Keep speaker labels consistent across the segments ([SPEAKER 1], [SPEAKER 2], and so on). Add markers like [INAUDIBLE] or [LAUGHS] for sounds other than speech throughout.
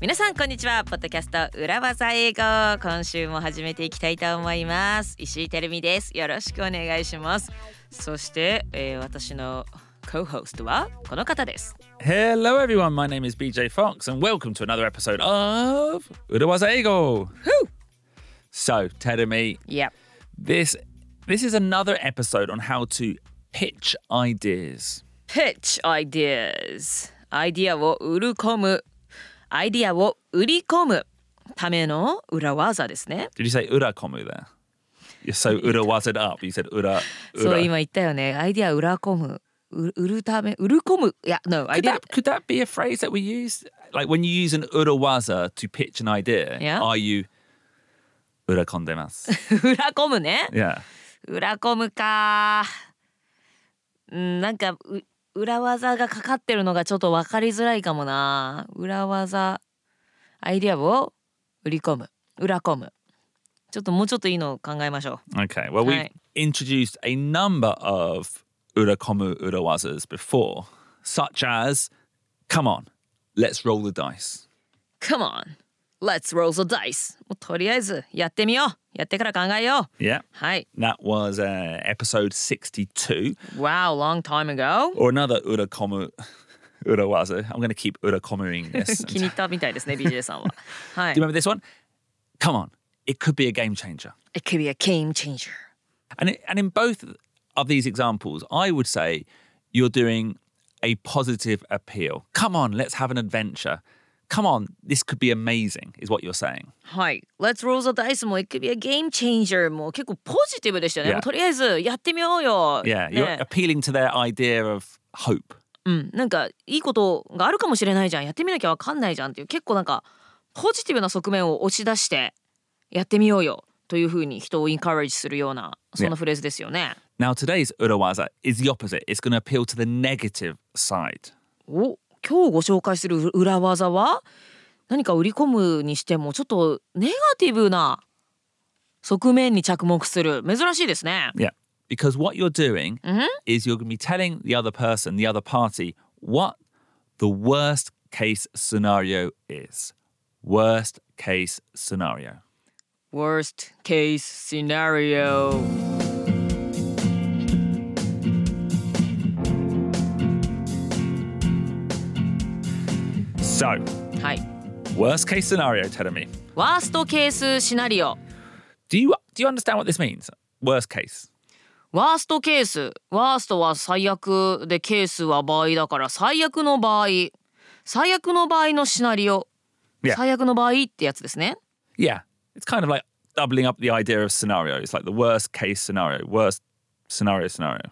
[SPEAKER 1] 皆さんこんにちはポッドキャスト裏技英語今週も始めていきたいと思います石井てるみですよろしくお願いしますそして、えー、私の co-host はこの方です
[SPEAKER 2] Hello everyone my name is BJ Fox and welcome to another episode of 裏技英語 So Terumi
[SPEAKER 1] Yep
[SPEAKER 2] this this is another episode on how to pitch ideas
[SPEAKER 1] pitch ideas アイディアを売り込むアイディアを売り込むための裏技ですね。
[SPEAKER 2] Did you say urakomu there? You're so urawazzed up. You said ura.
[SPEAKER 1] そう
[SPEAKER 2] ura.
[SPEAKER 1] 今言ったよね。アイディア裏込む。う売るため、売り込む。いや、no、アイ
[SPEAKER 2] Could
[SPEAKER 1] ディア
[SPEAKER 2] that,。could that be a phrase that we use? Like when you use an urawaza to pitch an idea,
[SPEAKER 1] Yeah.
[SPEAKER 2] are you
[SPEAKER 1] [LAUGHS]
[SPEAKER 2] urakondemas?
[SPEAKER 1] [LAUGHS] 裏込むね。
[SPEAKER 2] yeah.
[SPEAKER 1] 裏込むか。うんなんかう裏技がかかってるのがちょっと分かりづらいかもな。裏技。アイディアを売り込む。裏込む。ちょっともうちょっといいのを考えましょう。
[SPEAKER 2] Okay. Well, we've
[SPEAKER 1] Right.
[SPEAKER 2] introduced a number of urakomu urawazas before, such as, come on, let's roll the dice.
[SPEAKER 1] Come on, let's roll the dice. もうとりあえずやってみよう。やってから考えよう。
[SPEAKER 2] Yeah.
[SPEAKER 1] はい。
[SPEAKER 2] That was uh, episode 62.
[SPEAKER 1] Wow, long time ago.
[SPEAKER 2] or another urakomu urawaza. I'm going to keep urakomuing [LAUGHS] this.
[SPEAKER 1] 気に
[SPEAKER 2] Do
[SPEAKER 1] 入ったみたいですね、BJ さんは。はい
[SPEAKER 2] you。remember this one? Come on, it could be a game changer.
[SPEAKER 1] It could be a game changer.
[SPEAKER 2] And it, and in both of these examples, I would say you're doing a positive appeal. Come on, let's have an adventure. Come on, this could be amazing, is what you're saying.
[SPEAKER 1] はい。Let's roll the dice も It could be a game changer も結構ポジティブでしたよね。
[SPEAKER 2] Yeah.
[SPEAKER 1] もうとりあえずやってみようよ。
[SPEAKER 2] Yeah, you're
[SPEAKER 1] ね
[SPEAKER 2] appealing to their idea of hope.
[SPEAKER 1] うん。なんかいいことがあるかもしれないじゃん。やってみなきゃわかんないじゃんっていう結構なんかポジティブな側面を押し出してやってみようよというふうに人をインカレッジするようなそんなフレーズですよね。
[SPEAKER 2] Now, today's urawaza is the opposite. It's going to appeal to the negative side.
[SPEAKER 1] お今日ご紹介する裏技は何か売り込むにしてもちょっとネガティブな側面に着目する珍しいですね。
[SPEAKER 2] Yeah. Mm-hmm. Because what you're doing is you're going to be telling the other person, the other party, what the worst case scenario is. Worst case scenario.
[SPEAKER 1] Worst case scenario
[SPEAKER 2] So,
[SPEAKER 1] はい。
[SPEAKER 2] worst case scenario, telling me.
[SPEAKER 1] ワーストケースシナリオ。
[SPEAKER 2] Do you do you understand what this means? Worst case.
[SPEAKER 1] ワーストケース。ワーストは最悪でケースは場合だから最悪の場合。最悪の場合のシナリオ。
[SPEAKER 2] Yeah.
[SPEAKER 1] 最悪の場合ってやつですね。
[SPEAKER 2] Yeah. It's kind of like doubling up the idea of scenario. It's like the worst case scenario, worst scenario scenario.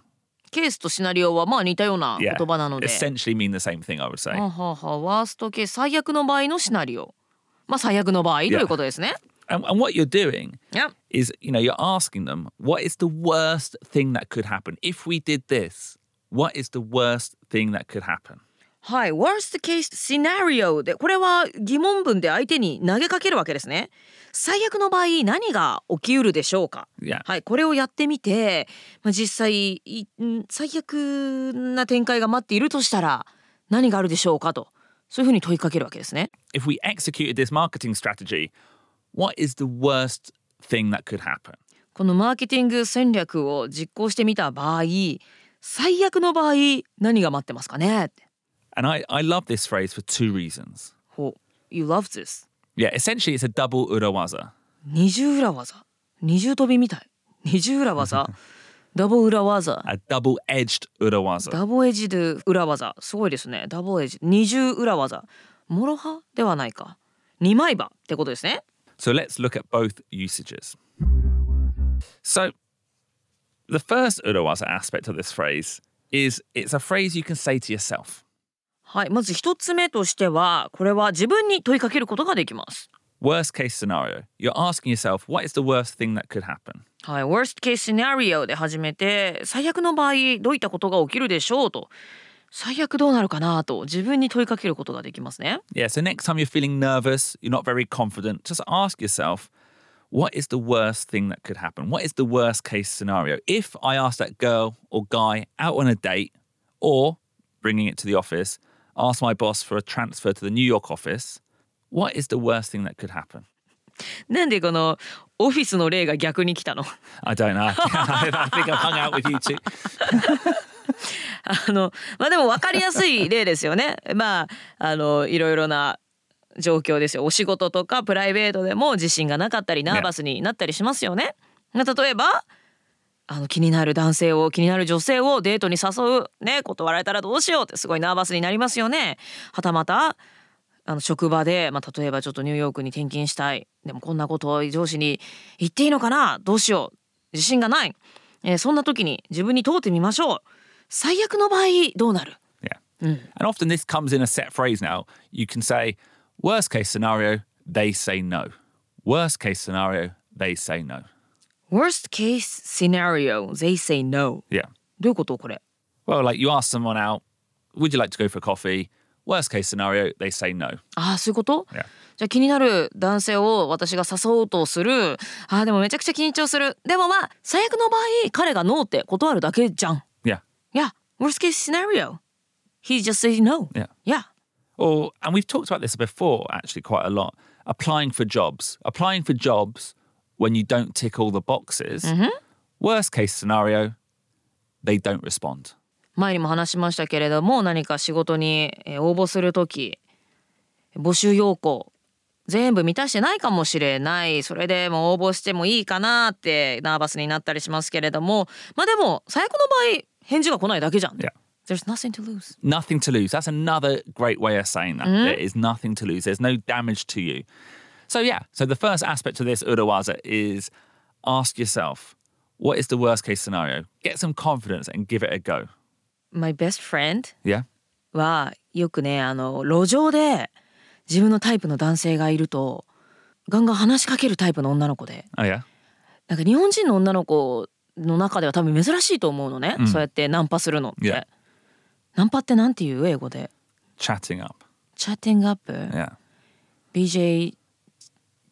[SPEAKER 1] ケースとシナリオはまあ似たような言
[SPEAKER 2] Yeah.
[SPEAKER 1] 葉なので。
[SPEAKER 2] Essentially mean the same thing, I would say.
[SPEAKER 1] はははワーストケース最悪の場合のシナリオまあ最悪の場合ということですね。
[SPEAKER 2] And, and what you're doing
[SPEAKER 1] Yep.
[SPEAKER 2] is you know you're asking them what is the worst thing that could happen if we did this what is the worst thing that could happen
[SPEAKER 1] はい、worst case scenario でこれは疑問文で相手に投げかけるわけですね。最悪の場合何が起きうるでしょうか
[SPEAKER 2] yeah
[SPEAKER 1] はい、これをやってみて、まあ、実際いん最悪な展開が待っているとしたら何があるでしょうかとそういうふうに問いかけるわけですね。
[SPEAKER 2] if we executed this marketing strategy what is the worst thing that could happen
[SPEAKER 1] このマーケティング戦略を実行してみた場合最悪の場合何が待ってますかね
[SPEAKER 2] and i, I love this phrase for two reasons
[SPEAKER 1] ほう You love this
[SPEAKER 2] yeah essentially it's a double urawaza
[SPEAKER 1] 二重裏技二重飛びみたい二重裏技ダボ裏技
[SPEAKER 2] a double-edged urawaza
[SPEAKER 1] ダボエジド裏技すごいですねダボエジ二重裏技モロハではないか二枚刃ってことですね
[SPEAKER 2] so let's look at both usages so the first urawaza aspect of this phrase is it's a phrase you can say to yourself
[SPEAKER 1] はいまず一つ目としてはこれは自分に問いかけることができます
[SPEAKER 2] Worst case scenario, you're asking yourself, what is the worst thing that could happen?
[SPEAKER 1] はい、worst case scenario で始めて最悪の場合どういったことが起きるでしょうと最悪どうなるかなと自分に問いかけることができますね。
[SPEAKER 2] Yeah, so next time you're feeling nervous, you're not very confident, just ask yourself, what is the worst thing that could happen? What is the worst case scenario? If I ask that girl or guy out on a date or bringing it to the office, ask my boss for a transfer to the New York office, what is the worst thing that could happen?
[SPEAKER 1] なんでこのオフィスの例が逆に来たの
[SPEAKER 2] I don't know. [LAUGHS] I think I've hung out with you two.
[SPEAKER 1] [LAUGHS] あのまあでも分かりやすい例ですよね [LAUGHS] まああのいろいろな状況ですよお仕事とかプライベートでも自信がなかったりナーバスになったりしますよね、まあ例えばあの気になる男性を気になる女性をデートに誘うね断られたらどうしようってすごいナーバスになりますよねはたまたあの職場で、まあ、例えばちょっとニューヨークに転勤したいでもこんなことを上司に言っていいのかなどうしよう自信がない、えーそんな時に自分に問うてみましょう最悪の場合どうなる
[SPEAKER 2] Yeah. And often this comes in a set phrase now. You can say, worst case scenario, they say no. Worst case scenario, they say no.
[SPEAKER 1] Worst case scenario they say no
[SPEAKER 2] Yeah.
[SPEAKER 1] どういうことこれ
[SPEAKER 2] Well, like you ask someone out, would you like to go for a coffee? Worst case scenario, they say no.
[SPEAKER 1] ああそういうこと、
[SPEAKER 2] Yeah.
[SPEAKER 1] じゃあ気になる男性を私が誘おうとするああでもめちゃくちゃ緊張するでもまあ最悪の場合彼がノーって断るだけじゃん
[SPEAKER 2] Yeah.
[SPEAKER 1] いや worst case scenario he just says no
[SPEAKER 2] Yeah.
[SPEAKER 1] いや
[SPEAKER 2] Or, and we've talked about this before actually quite a lot applying for jobs. Applying for jobs when you don't tick all the boxes, worst case scenario, they don't respond.
[SPEAKER 1] 前にも話しましたけれども何か仕事にえー応募する時募集要項全部満たしてないかもしれないそれでもう応募してもいいかなってナーバスになったりしますけれどもまあでも最悪の場合返事が来ないだけじゃん。
[SPEAKER 2] Yeah.
[SPEAKER 1] There's nothing to lose.
[SPEAKER 2] nothing to lose. That's another great way of saying that.
[SPEAKER 3] Mm-hmm.
[SPEAKER 2] There is nothing to lose. There's no damage to you. So yeah, so the first aspect of this Urawaza is ask yourself, what is the worst case scenario? Get some confidence and give it a go.
[SPEAKER 1] My best friend
[SPEAKER 2] Yeah.
[SPEAKER 1] はよくねあの路上で自分のタイプの男性がいるとガンガン話しかけるタイプの女の子で
[SPEAKER 2] Oh yeah.
[SPEAKER 1] なんか日本人の女の子の中では多分珍しいと思うのね、そうやってナンパするのって、
[SPEAKER 2] Yeah.
[SPEAKER 1] ナンパってなんていう英語で
[SPEAKER 2] Chatting up.
[SPEAKER 1] Chatting up、p
[SPEAKER 2] Yeah.
[SPEAKER 1] BJ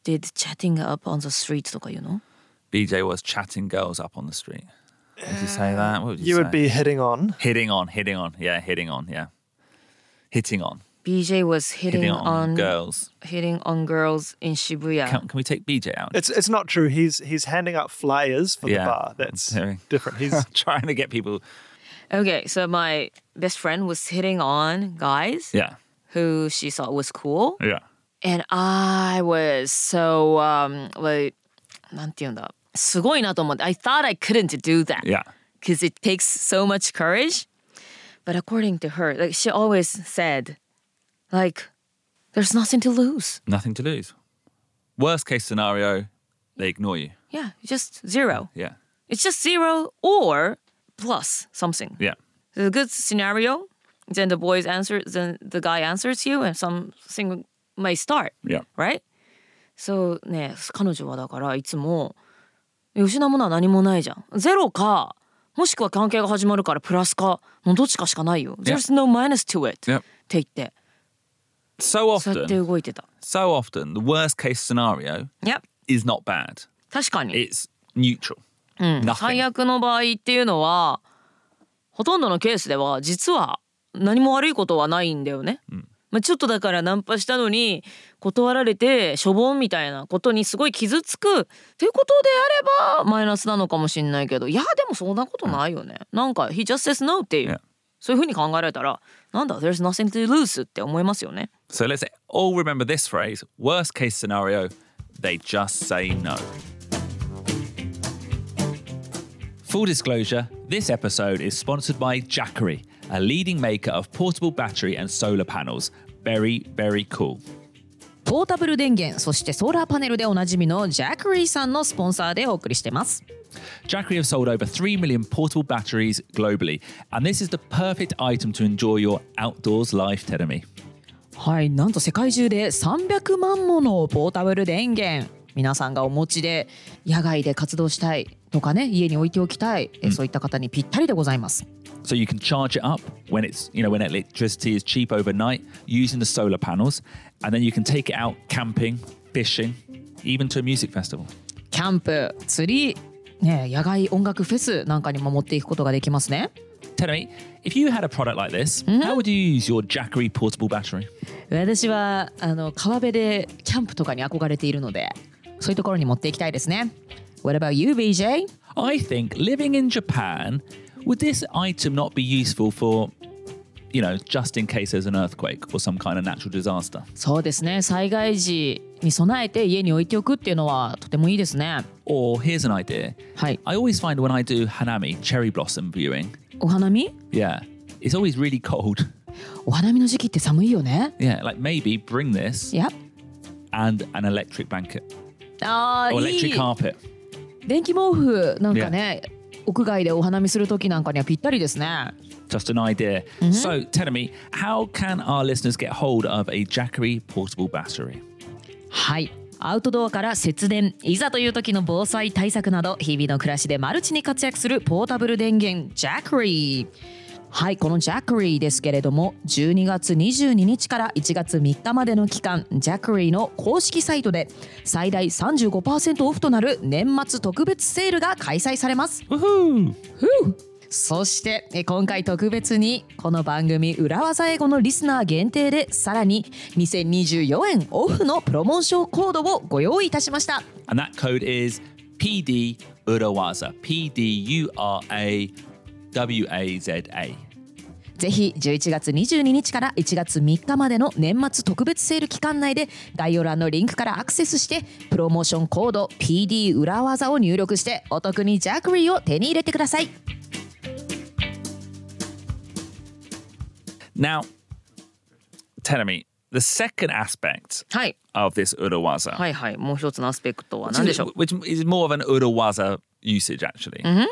[SPEAKER 1] did chatting up on the street とか言うの
[SPEAKER 2] BJ was chatting girls up on the street. Would you say that? What would you,
[SPEAKER 3] You
[SPEAKER 2] say?
[SPEAKER 3] would be hitting on.
[SPEAKER 2] hitting on, hitting on. Yeah, hitting on. Yeah. Hitting on.
[SPEAKER 1] BJ was hitting,
[SPEAKER 2] Hitting, on,
[SPEAKER 1] on,
[SPEAKER 2] girls.
[SPEAKER 1] hitting on girls in Shibuya
[SPEAKER 2] Can, can we take BJ
[SPEAKER 3] [LAUGHS]
[SPEAKER 2] out?
[SPEAKER 3] It's it's not true. He's he's handing out flyers for
[SPEAKER 2] Yeah.
[SPEAKER 3] the bar. That's
[SPEAKER 2] Sorry. [LAUGHS]
[SPEAKER 3] different. He's
[SPEAKER 2] Trying to get people.
[SPEAKER 1] okay so my best friend was hitting on guys
[SPEAKER 2] Yeah.
[SPEAKER 1] who she thought was cool
[SPEAKER 2] Yeah.
[SPEAKER 1] And I was so um like なんて言うんだすごいなと思って I thought I couldn't do that
[SPEAKER 2] Yeah.
[SPEAKER 1] because it takes so much courage but according to her like she always said like there's nothing to lose
[SPEAKER 2] nothing to lose. Worst case scenario, they ignore you.
[SPEAKER 1] yeah just zero
[SPEAKER 2] Yeah.
[SPEAKER 1] it's just zero or plus something
[SPEAKER 2] Yeah.
[SPEAKER 1] the good scenario then the boys answer then the guy answers you and something may start
[SPEAKER 2] Yeah.
[SPEAKER 1] right? そうね彼女はだからいつも失うものは何もないじゃんゼロかもしくは関係が始まるからプラスかもうどっちかしかないよ There's no minus to it、
[SPEAKER 2] Yeah.
[SPEAKER 1] って言って
[SPEAKER 2] So
[SPEAKER 1] そうやって
[SPEAKER 2] often,
[SPEAKER 1] 動いてた
[SPEAKER 2] so often, the worst case scenario
[SPEAKER 1] いや
[SPEAKER 2] is not bad.
[SPEAKER 1] 確かに
[SPEAKER 2] It's neutral. Nothing.
[SPEAKER 1] 最悪の場合っていうのはほとんどのケースでは実は何も悪いことはないんだよね、まあ、ちょっとだからナンパしたのに断られてしょぼんみたいなことにすごい傷つくっていうことであればマイナスなのかもしれないけどいやでもそんなことないよね、なんか「He just says no」っていう、
[SPEAKER 2] Yeah.
[SPEAKER 1] そういうふうに考えられたらなんだ「There's nothing to lose」って思いますよね
[SPEAKER 2] So let's all remember this phrase worst case scenario, they just say no. Full disclosure this episode is sponsored by Jackery, a leading maker of portable battery and solar panels. Very, very cool.
[SPEAKER 1] ポータブル電源そしてソーラーパネルでおなじみのジャックリーさんのスポンサーでお送りしてます。
[SPEAKER 2] Jackery have sold over 3 million portable batteries globally, and this is the perfect item to enjoy your outdoors life, Tedemi.
[SPEAKER 1] はい、なんと世界中で300万ものポータブル電源皆さんがお持ちで野外で活動したいとかね家に置いておきたい、えそういった方にぴったりでございます。
[SPEAKER 2] So you can charge it up when it's, you know, when electricity is cheap overnight using the solar panels, and then you can take it out camping, fishing, even to a music festival.
[SPEAKER 4] キャンプ釣りね野外音楽フェスなんかにも持っていくことができますね
[SPEAKER 2] Tell me, if you had a product like this, how would you use your Jackery portable battery?
[SPEAKER 4] 私はあの川辺でキャンプとかに憧れているのでそういうところに持っていきたいですね What about you BJ?
[SPEAKER 2] I think living in Japan, would this item not be useful for, you know, just in case there's an earthquake or some kind of natural disaster?
[SPEAKER 4] そうですね災害時に備えて家に置いておくっていうのはとてもいいですね
[SPEAKER 2] Or here's an idea.
[SPEAKER 4] はい
[SPEAKER 2] I always find when I do Hanami, cherry blossom viewing,
[SPEAKER 4] お花見
[SPEAKER 2] yeah, it's always really cold. [LAUGHS]
[SPEAKER 4] お花見の時期って寒いよね
[SPEAKER 2] Yeah, like maybe bring this
[SPEAKER 4] いや
[SPEAKER 2] and an electric blanket
[SPEAKER 4] あー
[SPEAKER 2] or
[SPEAKER 4] い
[SPEAKER 2] electric
[SPEAKER 4] い
[SPEAKER 2] carpet.
[SPEAKER 4] 電気毛布なんかね屋外でお花見する時なんかにはぴったりですね
[SPEAKER 2] Just an idea. So tell me, how can our listeners get hold of a Jackery portable battery?
[SPEAKER 4] はいアウトドアから節電いざという時の防災対策など日々の暮らしでマルチに活躍するポータブル電源ジャックリーはいこのジャックリーですけれども12月22日から1月3日までの期間ジャックリーの公式サイトで最大35%オフとなる年末特別セールが開催されます
[SPEAKER 2] Woohoo!
[SPEAKER 4] そしてえ今回特別にこの番組裏技英語のリスナー限定でさらに2024円オフのプロモーションコードをご用意いたしました
[SPEAKER 2] And that code is PD Urawaza. P D U R A W A Z A.
[SPEAKER 4] ぜひ11月22日から1月3日までの年末特別セール期間内で概要欄のリンクからアクセスしてプロモーションコード PD 裏技を入力してお得にジャクリーを手に入れてください
[SPEAKER 2] Now, tell me, the second aspect
[SPEAKER 4] はい
[SPEAKER 2] of this Urawaza,
[SPEAKER 4] いはいもう一つのアスペクトは
[SPEAKER 2] which, is, which is more of an Urawaza usage actually,
[SPEAKER 4] Mm-hmm.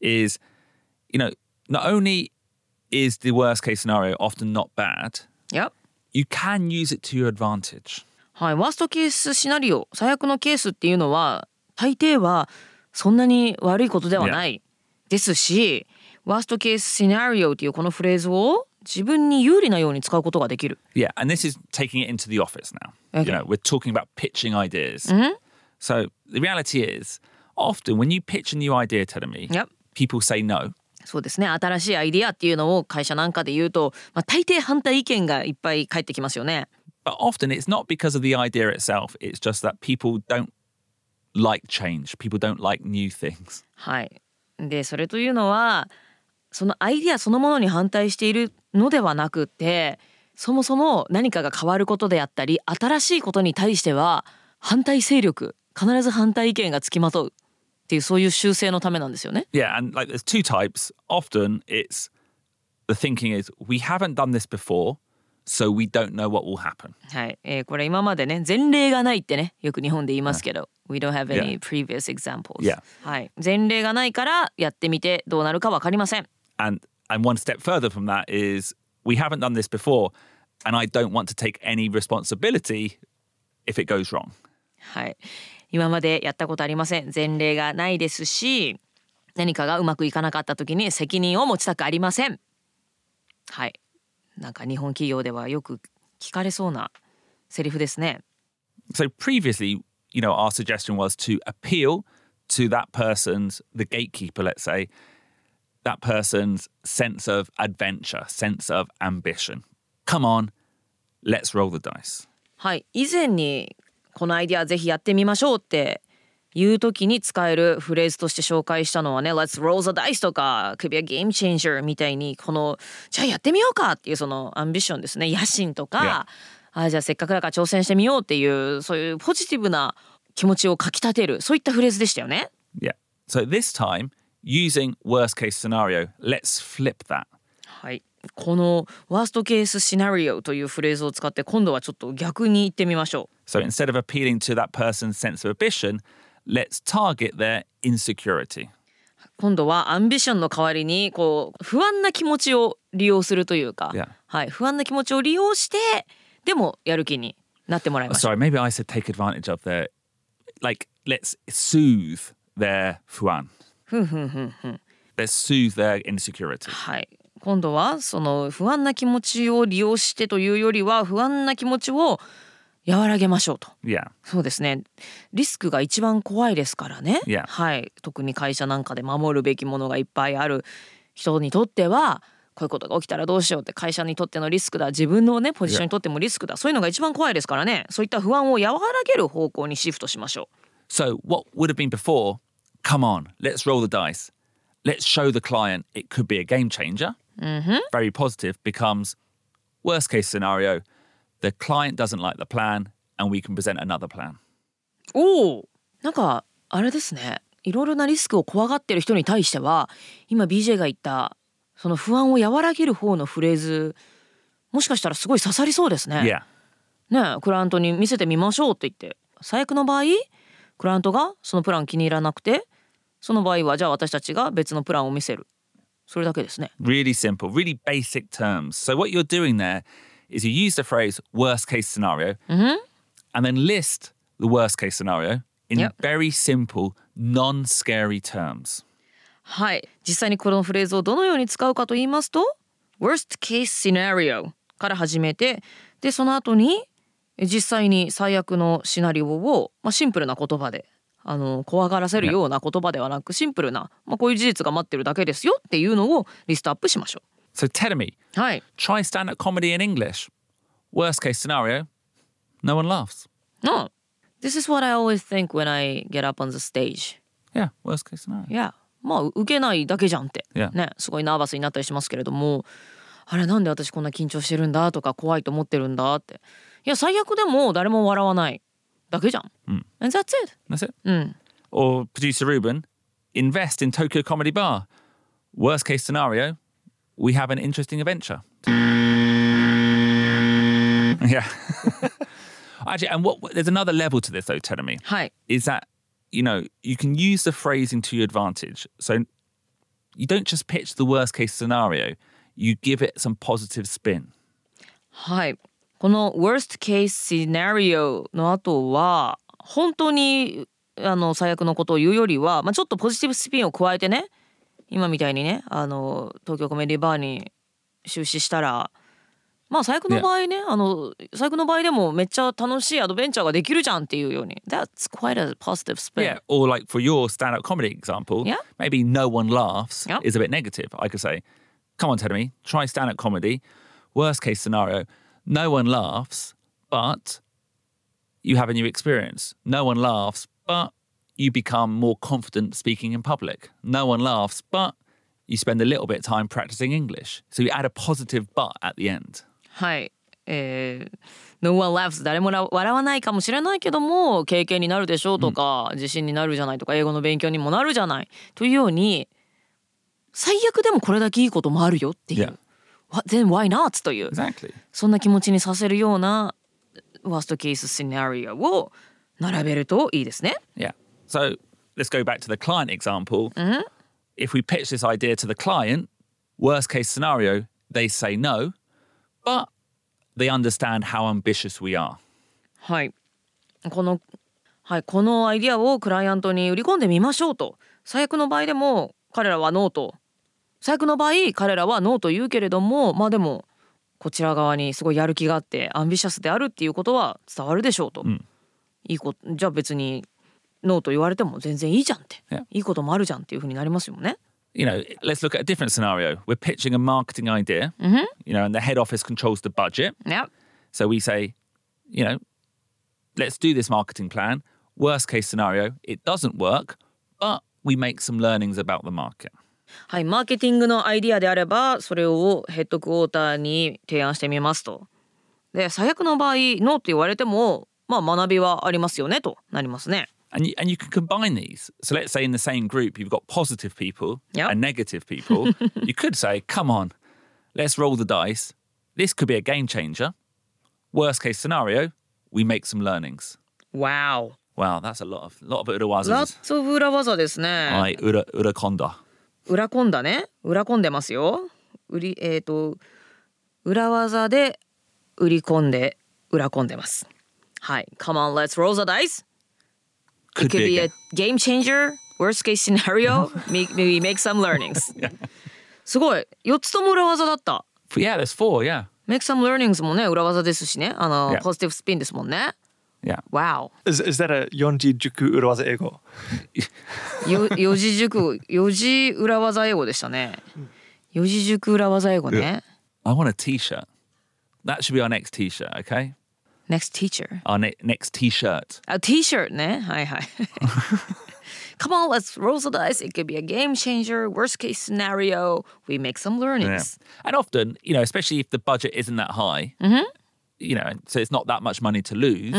[SPEAKER 2] is, you know, not only is the worst case scenario often not bad,
[SPEAKER 4] いや
[SPEAKER 2] you can use it to your advantage.
[SPEAKER 4] はい、ワーストケースシナリオ最悪のケースっていうのは大抵はそんなに悪いことではないですし、ワーストケースシナリオっていうこのフレーズを自分に有利なように使うことができる。
[SPEAKER 2] Yeah, and this is taking it into the office now.
[SPEAKER 4] Okay. Mm-hmm.
[SPEAKER 2] You know, we're talking about pitching ideas. So the reality is, often when you pitch a new idea, to me,
[SPEAKER 4] Yep.
[SPEAKER 2] people say no.
[SPEAKER 4] そうですね新しいアイディアっていうのを会社なんかで言うと、まあ、大抵反対意見がいっぱい返ってきますよね。
[SPEAKER 2] But often it's not because of the idea itself. It's just that people don't like change. People don't like new things.
[SPEAKER 4] はい、でそれというのはそのアイディアそのものに反対しているのではなくてそもそも何かが変わることであったり新しいことに対しては反対勢力必ず反対意見がつきまとうっていうそういう修正のためなんですよね。
[SPEAKER 2] Yeah, and like there's two types. Often it's the thinking is we haven't done this before, so we don't know what will happen.
[SPEAKER 4] はいえーこれ今までね前例がないってねよく日本で言いますけど、We don't have
[SPEAKER 2] Yeah.
[SPEAKER 4] any previous examples、
[SPEAKER 2] Yeah.
[SPEAKER 4] はい、前例がないからやってみてどうなるか分かりません。
[SPEAKER 2] and and one step further from that is we haven't done this before and i don't want to take any responsibility if it goes wrong
[SPEAKER 4] はい、今までやったことありません前例がないですし何かがうまくいかなかった時に責任を持ちたくありませんはいなんか日本企業ではよく聞かれそうなセリフですね
[SPEAKER 2] so previously you know our suggestion was to appeal to that person's the gatekeeper let's say that person's sense of adventure sense of ambition come on let's roll the dice
[SPEAKER 4] はい以前にこのアイディアぜひやってみましょうっていう時に使えるフレーズとして紹介したのはね「Let's roll the dice」とか「首はゲームチェンジャー」みたいにこの「じゃあやってみようか」っていうそのアンビションですね野心とか、あじゃあせっかくだから挑戦してみようっていうそういうポジティブな気持ちをかきたてるそういったフレーズでしたよね。
[SPEAKER 2] yeah so this time using worst case scenario let's flip that
[SPEAKER 4] はいこのワーストケースシナリオというフレーズを使って今度はちょっと逆に言ってみましょう。
[SPEAKER 2] So instead of appealing to that person's sense of ambition, let's target their insecurity.
[SPEAKER 4] 今度はアンビションの代わりにこう不安な気持ちを利用するというか
[SPEAKER 2] Yeah.
[SPEAKER 4] はい、不安な気持ちを利用してでもやる気になってもらいました
[SPEAKER 2] Sorry, maybe I said take advantage of their, like, let's soothe their fuan. let's soothe their insecurity.
[SPEAKER 4] はい、今度はその不安な気持ちを利用してというよりは不安な気持ちを和らげましょうと。
[SPEAKER 2] Yeah.
[SPEAKER 4] そうですねリスクが一番怖いですからね、
[SPEAKER 2] Yeah.
[SPEAKER 4] はい、特に会社なんかで守るべきものがいっぱいある人にとってはこういうことが起きたらどうしようって会社にとってのリスクだ自分のねポジションにとってもリスクだそういうのが一番怖いですからねそういった不安を和らげる方向にシフトしましょ
[SPEAKER 2] So, what would have been before, come on, let's roll the dice. Let's show the client it could be a game changer. Very positive becomes worst case scenario, the client doesn't like the plan and we can present another plan.
[SPEAKER 4] うおおなんかあれですねいろいろなリスクを怖がってる人に対しては今 BJ が言ったその不安を和らげる方のフレーズもしかしたらすごい刺さりそうですね。
[SPEAKER 2] Yeah.
[SPEAKER 4] ねえクライアントに見せてみましょうって言って最悪の場合クライアントがそのプラン気に入らなくてその場合はじゃあ私たちが別のプランを見せるそれだけですね
[SPEAKER 2] Really simple, really basic terms. So, what you're doing there is you use the phrase worst case scenario and then list the worst case scenario in
[SPEAKER 4] Yep.
[SPEAKER 2] very simple, non scary terms.
[SPEAKER 4] はい実際にこのフレーズをどのように使うかと言いますと worst case scenario から始めてでその後にえ実際に最悪のシナリオを、まあ、シンプルな言葉であの怖がらせるような言葉ではなくシンプルな、まあ、こういう事実が待ってるだけですよっていうのをリストアップしましょ
[SPEAKER 2] So, tell me,
[SPEAKER 4] うはい
[SPEAKER 2] try stand up comedy in English. Worst case scenario, no one laughs.
[SPEAKER 4] No. This is what I always think when I get up on the stage.
[SPEAKER 2] Yeah, worst case scenario.
[SPEAKER 4] Yeah. まあ受けないだけじゃんって、
[SPEAKER 2] Yeah.
[SPEAKER 4] ねすごいナーバスになったりしますけれどもあれなんで私こんな緊張してるんだとか怖いと思ってるんだっていや最悪でも誰も笑わないだけじゃん、And that's it
[SPEAKER 2] That's it.
[SPEAKER 4] うん
[SPEAKER 2] Or producer Ruben, invest in Tokyo Comedy Bar. Worst case scenario, we have an interesting adventure. [LAUGHS] yeah. [LAUGHS] Actually, and what there's another level to this though, Tell me.
[SPEAKER 4] はい、
[SPEAKER 2] is that you know you can use the phrasing to your advantage so you don't just pitch the worst case scenario you give it some positive spin
[SPEAKER 4] はい、この worst case scenario の後は本当にあの最悪のことを言うよりは、まあ、ちょっとポジティブスピンを加えてね今みたいにねあの東京コメディバーに出資したらまあ最悪の場合ね、あの最悪の場合でもめっちゃ楽しいアドベンチャーができるじゃんっていうように That's quite a positive spin
[SPEAKER 2] yeah or like for your stand-up comedy example
[SPEAKER 4] Yeah.
[SPEAKER 2] maybe no one laughs
[SPEAKER 4] Yeah.
[SPEAKER 2] is a bit negative i could say come on Tedemy, try stand-up comedy worst case scenario no one laughs but you have a new experience no one laughs but you become more confident speaking in public no one laughs but you spend a little bit of time practicing english so you add a positive but at the end
[SPEAKER 4] はい。えー No one laughs 誰もら笑わないかもしれないけども経験になるでしょうとか、自信になるじゃないとか英語の勉強にもなるじゃないというように最悪でもこれだけいいこともあるよっていう
[SPEAKER 2] Yeah.、
[SPEAKER 4] What- Then why not? という
[SPEAKER 2] exactly
[SPEAKER 4] そんな気持ちにさせるようなワーストケースシナリオを並べるといいですね。
[SPEAKER 2] Yeah. So let's go back to the client example. If we pitch this idea to the client, worst case scenario, they say no, but they understand how ambitious we are.
[SPEAKER 4] はい。この、はい、このアイディアをクライアントに売り込んでみましょうと。最悪の場合でも彼らはノーと。最悪の場合彼らはノーと言うけれども、まあでもこちら側にすごいやる気があってアンビシャスであるっていうことは伝わるでしょうと。いいことじゃあ別にノーと言われても全然いいじゃんって。
[SPEAKER 2] Yeah.
[SPEAKER 4] いいこともあるじゃんっていうふうになりますよね。
[SPEAKER 2] You know, let's look at a different scenario. We're pitching a marketing idea, you know, and the head office controls the budget.
[SPEAKER 4] ね。
[SPEAKER 2] So we say, you know, let's do this marketing plan. Worst case scenario, it doesn't work, but we make some learnings about the market.
[SPEAKER 4] はい、マーケティングのアイディアであればそれをヘッドクォーターに提案してみますと。で最悪の場合ノーって言われてもまあ学びはありますよねとなりますね。
[SPEAKER 2] and you, and you can combine these. So let's say in the same group you've got positive people
[SPEAKER 4] Yep.
[SPEAKER 2] and negative
[SPEAKER 4] [LAUGHS]
[SPEAKER 2] people. you could say, "Come on, let's roll the dice. This could be a game changer. Worst case scenario, we make some learnings."
[SPEAKER 4] Wow!
[SPEAKER 2] Wow, that's a lot of lot of urawazas.
[SPEAKER 4] ラッツオブ裏技ですね。
[SPEAKER 2] I ura uraconda.
[SPEAKER 4] 裏込んだね。裏込んでますよ。売りえっ、と裏技で売り込んで裏込んでます。はい。Come on, let's roll the dice.
[SPEAKER 2] Could,
[SPEAKER 4] could be
[SPEAKER 2] a
[SPEAKER 4] a
[SPEAKER 2] game-
[SPEAKER 4] game changer. Worst case [LAUGHS] scenario, make- maybe make some learnings. すごい。4つとも裏技だった。
[SPEAKER 2] yeah. There's four. Yeah.
[SPEAKER 4] make some learnings もね裏技ですしねあの、
[SPEAKER 2] Yeah.
[SPEAKER 4] ポジティブスピンですもんね
[SPEAKER 2] Yeah.
[SPEAKER 4] Wow
[SPEAKER 3] Is, is that a Yonji Juku Urawaza Ego?
[SPEAKER 4] よ四字熟四字裏技英語でしたね四字熟裏技英語ね、
[SPEAKER 2] I want a t-shirt. That should be our next t-shirt, okay?
[SPEAKER 4] next teacher
[SPEAKER 2] Our ne- next t-shirt.
[SPEAKER 4] あ T-shirt ねはい [LAUGHS] はい Come on, let's roll the dice. It could be a game changer. Worst case scenario, we make some
[SPEAKER 2] Yeah.
[SPEAKER 4] learnings.
[SPEAKER 2] And often, you know, especially if the budget isn't that high, you know, and so it's not that much money to lose.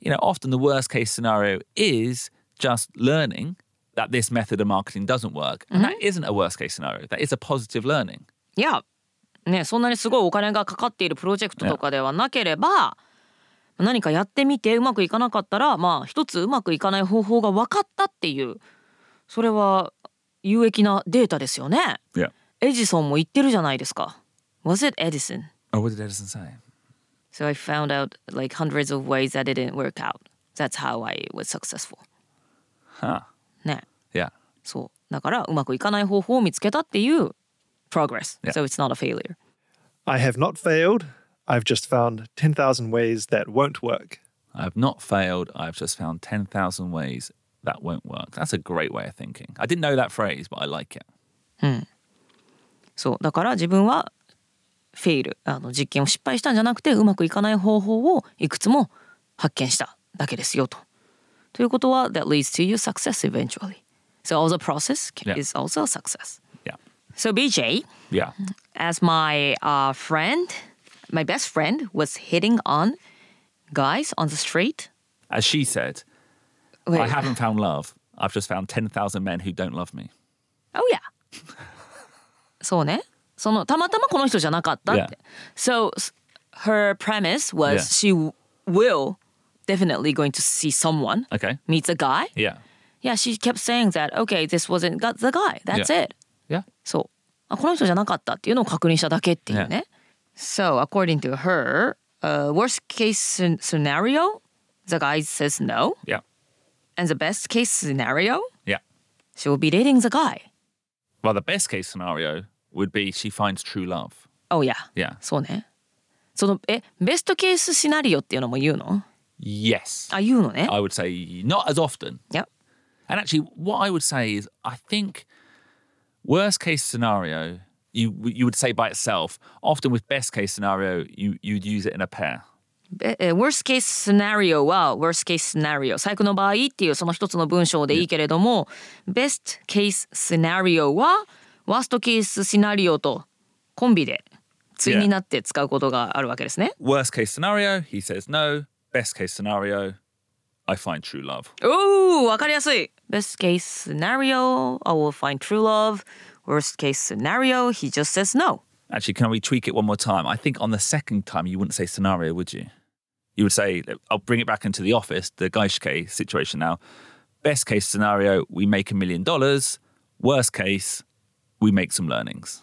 [SPEAKER 2] You know, often the worst case scenario is just learning that this method of marketing doesn't work. And that isn't a worst case scenario. That is a positive learning.
[SPEAKER 4] Yeah. ね、そんなにすごいお金がかかっているプロジェクトとかではなければ、何かやってみてうまくいかなかったらまあ一つうまくいかない方法が分かったっていうそれは有益なデータですよね。
[SPEAKER 2] Yeah.
[SPEAKER 4] エジソンも言ってるじゃないですか。Was it Edison?
[SPEAKER 2] Oh, what did Edison say?
[SPEAKER 4] So I found out like hundreds of ways that it didn't work out. That's how I was successful.
[SPEAKER 2] Huh.
[SPEAKER 4] ね。
[SPEAKER 2] Yeah.
[SPEAKER 4] そう。だからうまくいかない方法を見つけたっていう progress.
[SPEAKER 2] Yeah.
[SPEAKER 4] So it's not a failure.
[SPEAKER 3] I have not failed. I've just found 10,000 ways that won't work.
[SPEAKER 2] I've not failed. I've just found 10,000 ways that won't work. That's a great way of thinking. I didn't know that phrase, but I like it.
[SPEAKER 4] そうだから自分はフェイルあの実験を失敗したんじゃなくてうまくいかない方法をいくつも発見しただけですよと。ということは that leads to your success eventually. So all the process
[SPEAKER 2] Yeah.
[SPEAKER 4] is also a success.
[SPEAKER 2] Yeah.
[SPEAKER 4] So BJ,
[SPEAKER 2] Yeah.
[SPEAKER 4] as my uh, friend, my best friend was hitting on guys on the street.
[SPEAKER 2] As she said, I
[SPEAKER 4] Wait.
[SPEAKER 2] haven't found love. I've just found 10,000 men who don't love me.
[SPEAKER 4] Oh yeah. [LAUGHS] そうね。そのたまたまこの人じゃなかったって。
[SPEAKER 2] Yeah.
[SPEAKER 4] So s- her premise was she w- will definitely going to see someone,
[SPEAKER 2] Okay.
[SPEAKER 4] meets a guy.
[SPEAKER 2] Yeah.
[SPEAKER 4] Yeah, she kept saying that. Okay, this wasn't got the guy. That's
[SPEAKER 2] Yeah.
[SPEAKER 4] it.
[SPEAKER 2] Yeah.
[SPEAKER 4] そう。あこの人じゃなかったっていうのを確認しただけっていうね。So according to her, uh, worst case scen- scenario, the guy says no,
[SPEAKER 2] Yeah.
[SPEAKER 4] and the best case scenario,
[SPEAKER 2] Yeah.
[SPEAKER 4] she will be dating the guy.
[SPEAKER 2] Well, the best case scenario would be she finds true love.
[SPEAKER 4] Oh yeah.
[SPEAKER 2] Yeah.
[SPEAKER 4] そうね。そのえベストケースシナリオっていうのも言うの？
[SPEAKER 2] Yes.
[SPEAKER 4] あ言うのね。
[SPEAKER 2] I would say not as often.
[SPEAKER 4] いや
[SPEAKER 2] And actually, what I would say is, I think worst case scenario, you you would say by itself. Often with best case scenario, you you'd use it in a pair.
[SPEAKER 4] べえ worst case scenario は worst case scenario 最悪の場合っていうその一つの文章でいいけれども、best case scenario は worst case シナリオとコンビで対になって使うことがあるわけですね。
[SPEAKER 2] Worst case scenario, he says no. Best case scenario, I find true love.
[SPEAKER 4] おおわかりやすい Best case scenario I will find true love Worst case scenario he just says no
[SPEAKER 2] Actually, can we tweak it one more time? I think on the second time, you wouldn't say scenario, would you? You would say, I'll bring it back into the office, the Gaishke situation now. Best case scenario, we make a million dollars. Worst case, we make some learnings.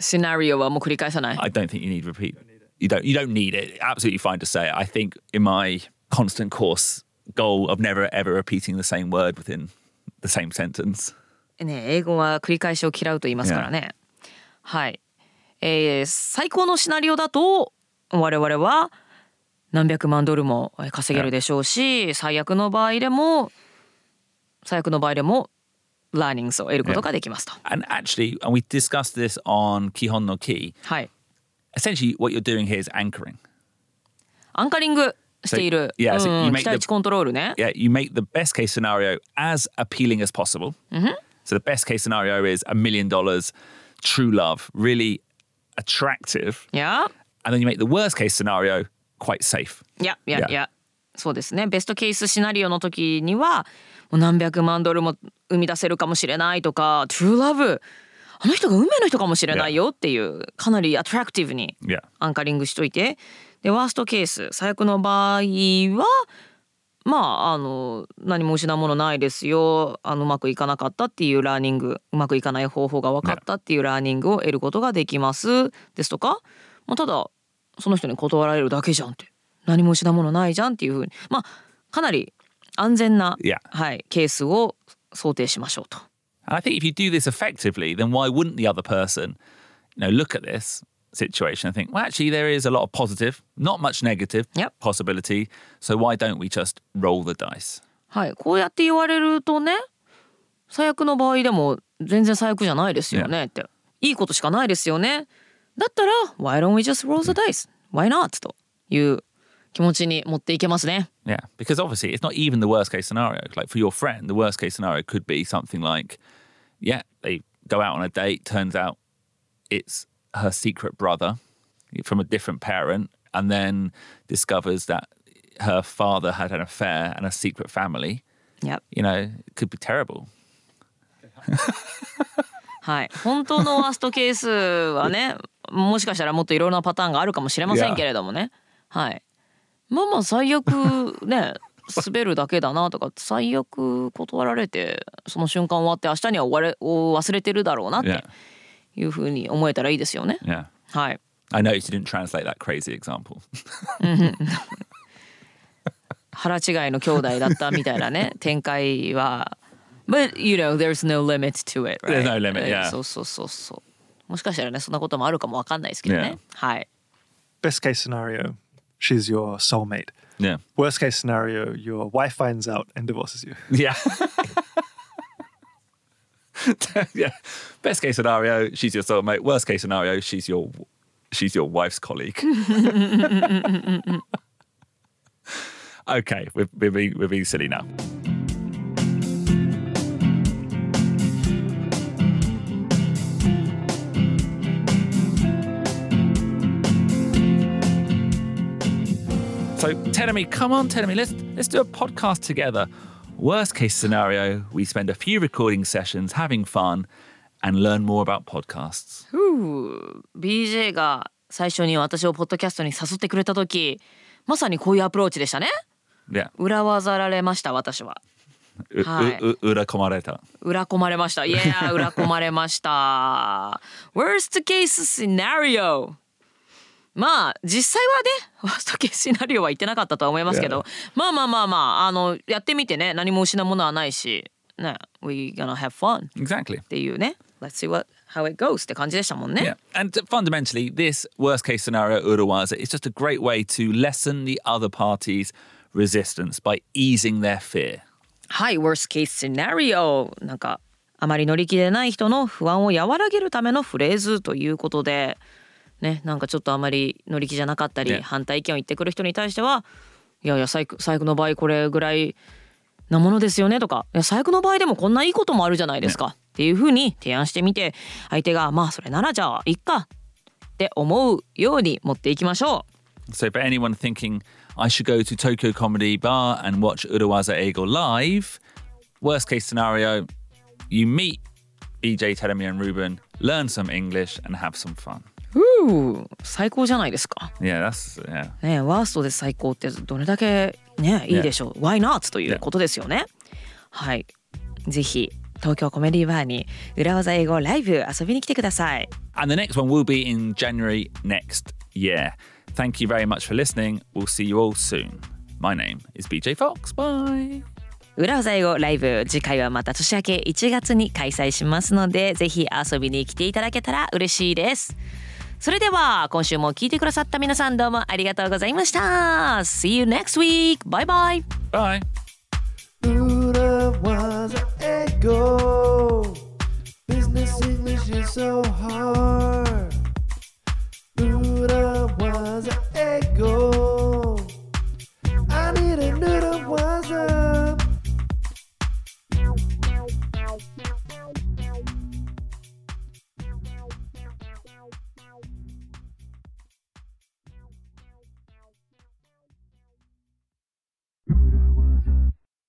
[SPEAKER 4] シナリオはもう繰り返さない
[SPEAKER 2] I don't think you need repeat. You don't. You don't need it. Absolutely fine to say. it. I think in my constant course goal of never ever repeating the same word within the same sentence.
[SPEAKER 4] ね、英語は繰り返しを嫌うと言いますからね。はい、えー最高のシナリオだと我々は何百万ドルもえー稼げるでしょうし、最悪の場合でも最悪の場合でもラーニングスを得ることができますと。
[SPEAKER 2] And actually, and we discussed this on Kihon no Ki.
[SPEAKER 4] はい、
[SPEAKER 2] Essentially, what you're doing here is anchoring.
[SPEAKER 4] アンカリングしている、
[SPEAKER 2] So- yeah, so
[SPEAKER 4] うん
[SPEAKER 2] you make
[SPEAKER 4] 期待
[SPEAKER 2] the-
[SPEAKER 4] 値コントロールね。
[SPEAKER 2] Yeah, you make the best case scenario as appealing as possible. So the best case scenario is a million dollars, true love, really attractive,
[SPEAKER 4] いや、
[SPEAKER 2] and then you make the worst case scenario quite safe.
[SPEAKER 4] いやいや
[SPEAKER 2] Yeah.
[SPEAKER 4] いやそうですねベストケースシナリオの時にはもう何百万ドルも生み出せるかもしれないとか True Love あの人が運命の人かもしれないよっていうかなりアトラクティブに
[SPEAKER 2] Yeah.
[SPEAKER 4] アンカリングしといてでワーストケース最悪の場合はまああの何も失うものないですよあのうまくいかなかったっていうラーニングうまくいかない方法が分かったっていうラーニングを得ることができますですとか、まあ、ただその人に断られるだけじゃんって何も失うものないじゃんっていうふうにまあかなり安全な、
[SPEAKER 2] Yeah.
[SPEAKER 4] はい、ケースを想定しましょうと。
[SPEAKER 2] And I think if you do this effectively, then why wouldn't the other person, you know, look at this situation and think, well, actually, there is a lot of positive, not much negative
[SPEAKER 4] Yep.
[SPEAKER 2] possibility. So why don't we just roll the dice?
[SPEAKER 4] はい、こうやって言われるとね最悪の場合でも全然最悪じゃないですよねっていいことしかないですよねだったら「Why don't we just roll the dice? Why not?」という気持ちに持っていけますね。
[SPEAKER 2] Yeah, because obviously it's not even the worst case scenario. Like for your friend, the worst case scenario could be something like, yeah, they go out on a date, turns out it's her secret brother from a different parent, and then discovers that her father had an affair and a secret family.
[SPEAKER 4] Yep.
[SPEAKER 2] You know, it could be terrible.
[SPEAKER 4] はい、本当のワーストケースはね [LAUGHS] もしかしたらもっといろんなパターンがあるかもしれませんけれども [LAUGHS] ね、はい、まあまあ最悪ね [LAUGHS] 滑るだけだなとか最悪断られてその瞬間終わって明日には終われ忘れてるだろうなって
[SPEAKER 2] Yeah.
[SPEAKER 4] いうふうに思えたらいいですよね。
[SPEAKER 2] Yeah.
[SPEAKER 4] はい、
[SPEAKER 2] I noticed you didn't translate that crazy example.
[SPEAKER 4] 腹違いの兄弟だったみたいな
[SPEAKER 2] [LAUGHS]
[SPEAKER 4] ね展開は But you know there's no limit to it、
[SPEAKER 2] There's
[SPEAKER 4] right?
[SPEAKER 2] no limit,
[SPEAKER 4] えー
[SPEAKER 2] yeah.
[SPEAKER 4] そうそうそうそうもしかしたらねそんなこともあるかもわかんないですけどね
[SPEAKER 2] Yeah.
[SPEAKER 4] はい。
[SPEAKER 3] Best case scenario, she's your soulmate.
[SPEAKER 2] Yeah.
[SPEAKER 3] Worst case scenario, your wife finds out and divorces you.
[SPEAKER 2] Yeah. [LAUGHS] yeah. Best case scenario, she's your soulmate. Worst case scenario, she's your she's your wife's colleague. [LAUGHS] okay, we're, we're, being, we're being silly now. So Tenemy, come on, Tenemy, let's let's do a podcast together. Worst case scenario, we spend a few recording sessions having fun and learn more about podcasts.
[SPEAKER 4] BJ が最初に私をポッドキャストに誘ってくれた時まさにこういうアプローチでしたね
[SPEAKER 2] Yeah.
[SPEAKER 4] 裏技られました私は
[SPEAKER 2] U-
[SPEAKER 4] Hi.
[SPEAKER 2] u- u- urakomareta.
[SPEAKER 4] 裏込まれましたいやー裏込まれました worst case scenario まあ実際はねワーストケースシナリオは言ってなかったとは思いますけど、まあまあまあまああのやってみてね何も失うものはないしね we gonna have fun っ
[SPEAKER 2] Exactly.
[SPEAKER 4] ていうね let's see what how it goes って感じでしたも [LAUGHS] んね、
[SPEAKER 2] Yeah. And fundamentally, this worst case scenario Urawaza is just a great way to lessen the other party's resistance by easing their fear.
[SPEAKER 4] はい、worst case scenario なんかあまり乗り気でない人の不安を和らげるためのフレーズということでねなんかちょっとあまり乗り気じゃなかったり、
[SPEAKER 2] ね
[SPEAKER 4] 反対意見を言ってくる人に対してはいやいや最悪最悪の場合これぐらいなものですよねとかいや最悪の場合でもこんないいこともあるじゃないですか、っていうふうに提案してみて相手がまあそれならじゃあいっかって思うように持っていきましょう。
[SPEAKER 2] So for anyone thinking I should go to Tokyo Comedy Bar and watch Urawaza Eagle live, worst case scenario, you meet BJ Telemi and Ruben, learn some English and have some fun.
[SPEAKER 4] ふう最高じゃないですか。
[SPEAKER 2] Yeah, that's yeah.
[SPEAKER 4] ね、ワーストで最高ってどれだけねいいでしょう、Why not? ということですよね。はい、ぜひ東京コメディバーに裏技英語ライブ遊びに来てください。
[SPEAKER 2] And the next one will be in January next year. Thank you very much for listening. We'll see you all soon. My name is BJ Fox. Bye.
[SPEAKER 4] 裏技英語ライブ次回はまた年明け1月に開催しますのでぜひ遊びに来ていただけたら嬉しいです。それでは今週も聞いてくださった皆さんどうもありがとうございました。See you next week. Bye bye.
[SPEAKER 2] Bye.
[SPEAKER 5] Buddha was an ego.